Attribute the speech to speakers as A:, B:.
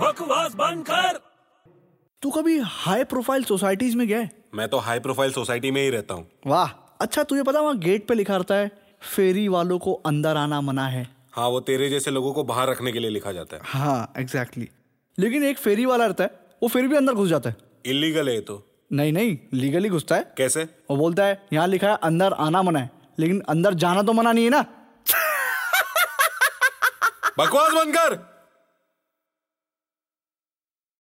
A: बकवास बंद कर
B: तू कभी हाई प्रोफाइल सोसाइटीज में गया है?
C: मैं तो हाई प्रोफाइल सोसाइटी में ही रहता हूँ
B: वाह अच्छा तुझे पता वहाँ गेट पे लिखा रहता है फेरी वालों को अंदर आना मना है
C: हाँ वो तेरे जैसे लोगों को बाहर रखने के लिए लिखा जाता है
B: हाँ एग्जैक्टली exactly. लेकिन एक फेरी वाला रहता है वो फिर भी अंदर घुस जाता है
C: इलीगल है ये तो
B: नहीं नहीं लीगली घुसता है
C: कैसे
B: वो बोलता है यहाँ लिखा है अंदर आना मना है लेकिन अंदर जाना तो मना नहीं है ना
C: बकवास बंद कर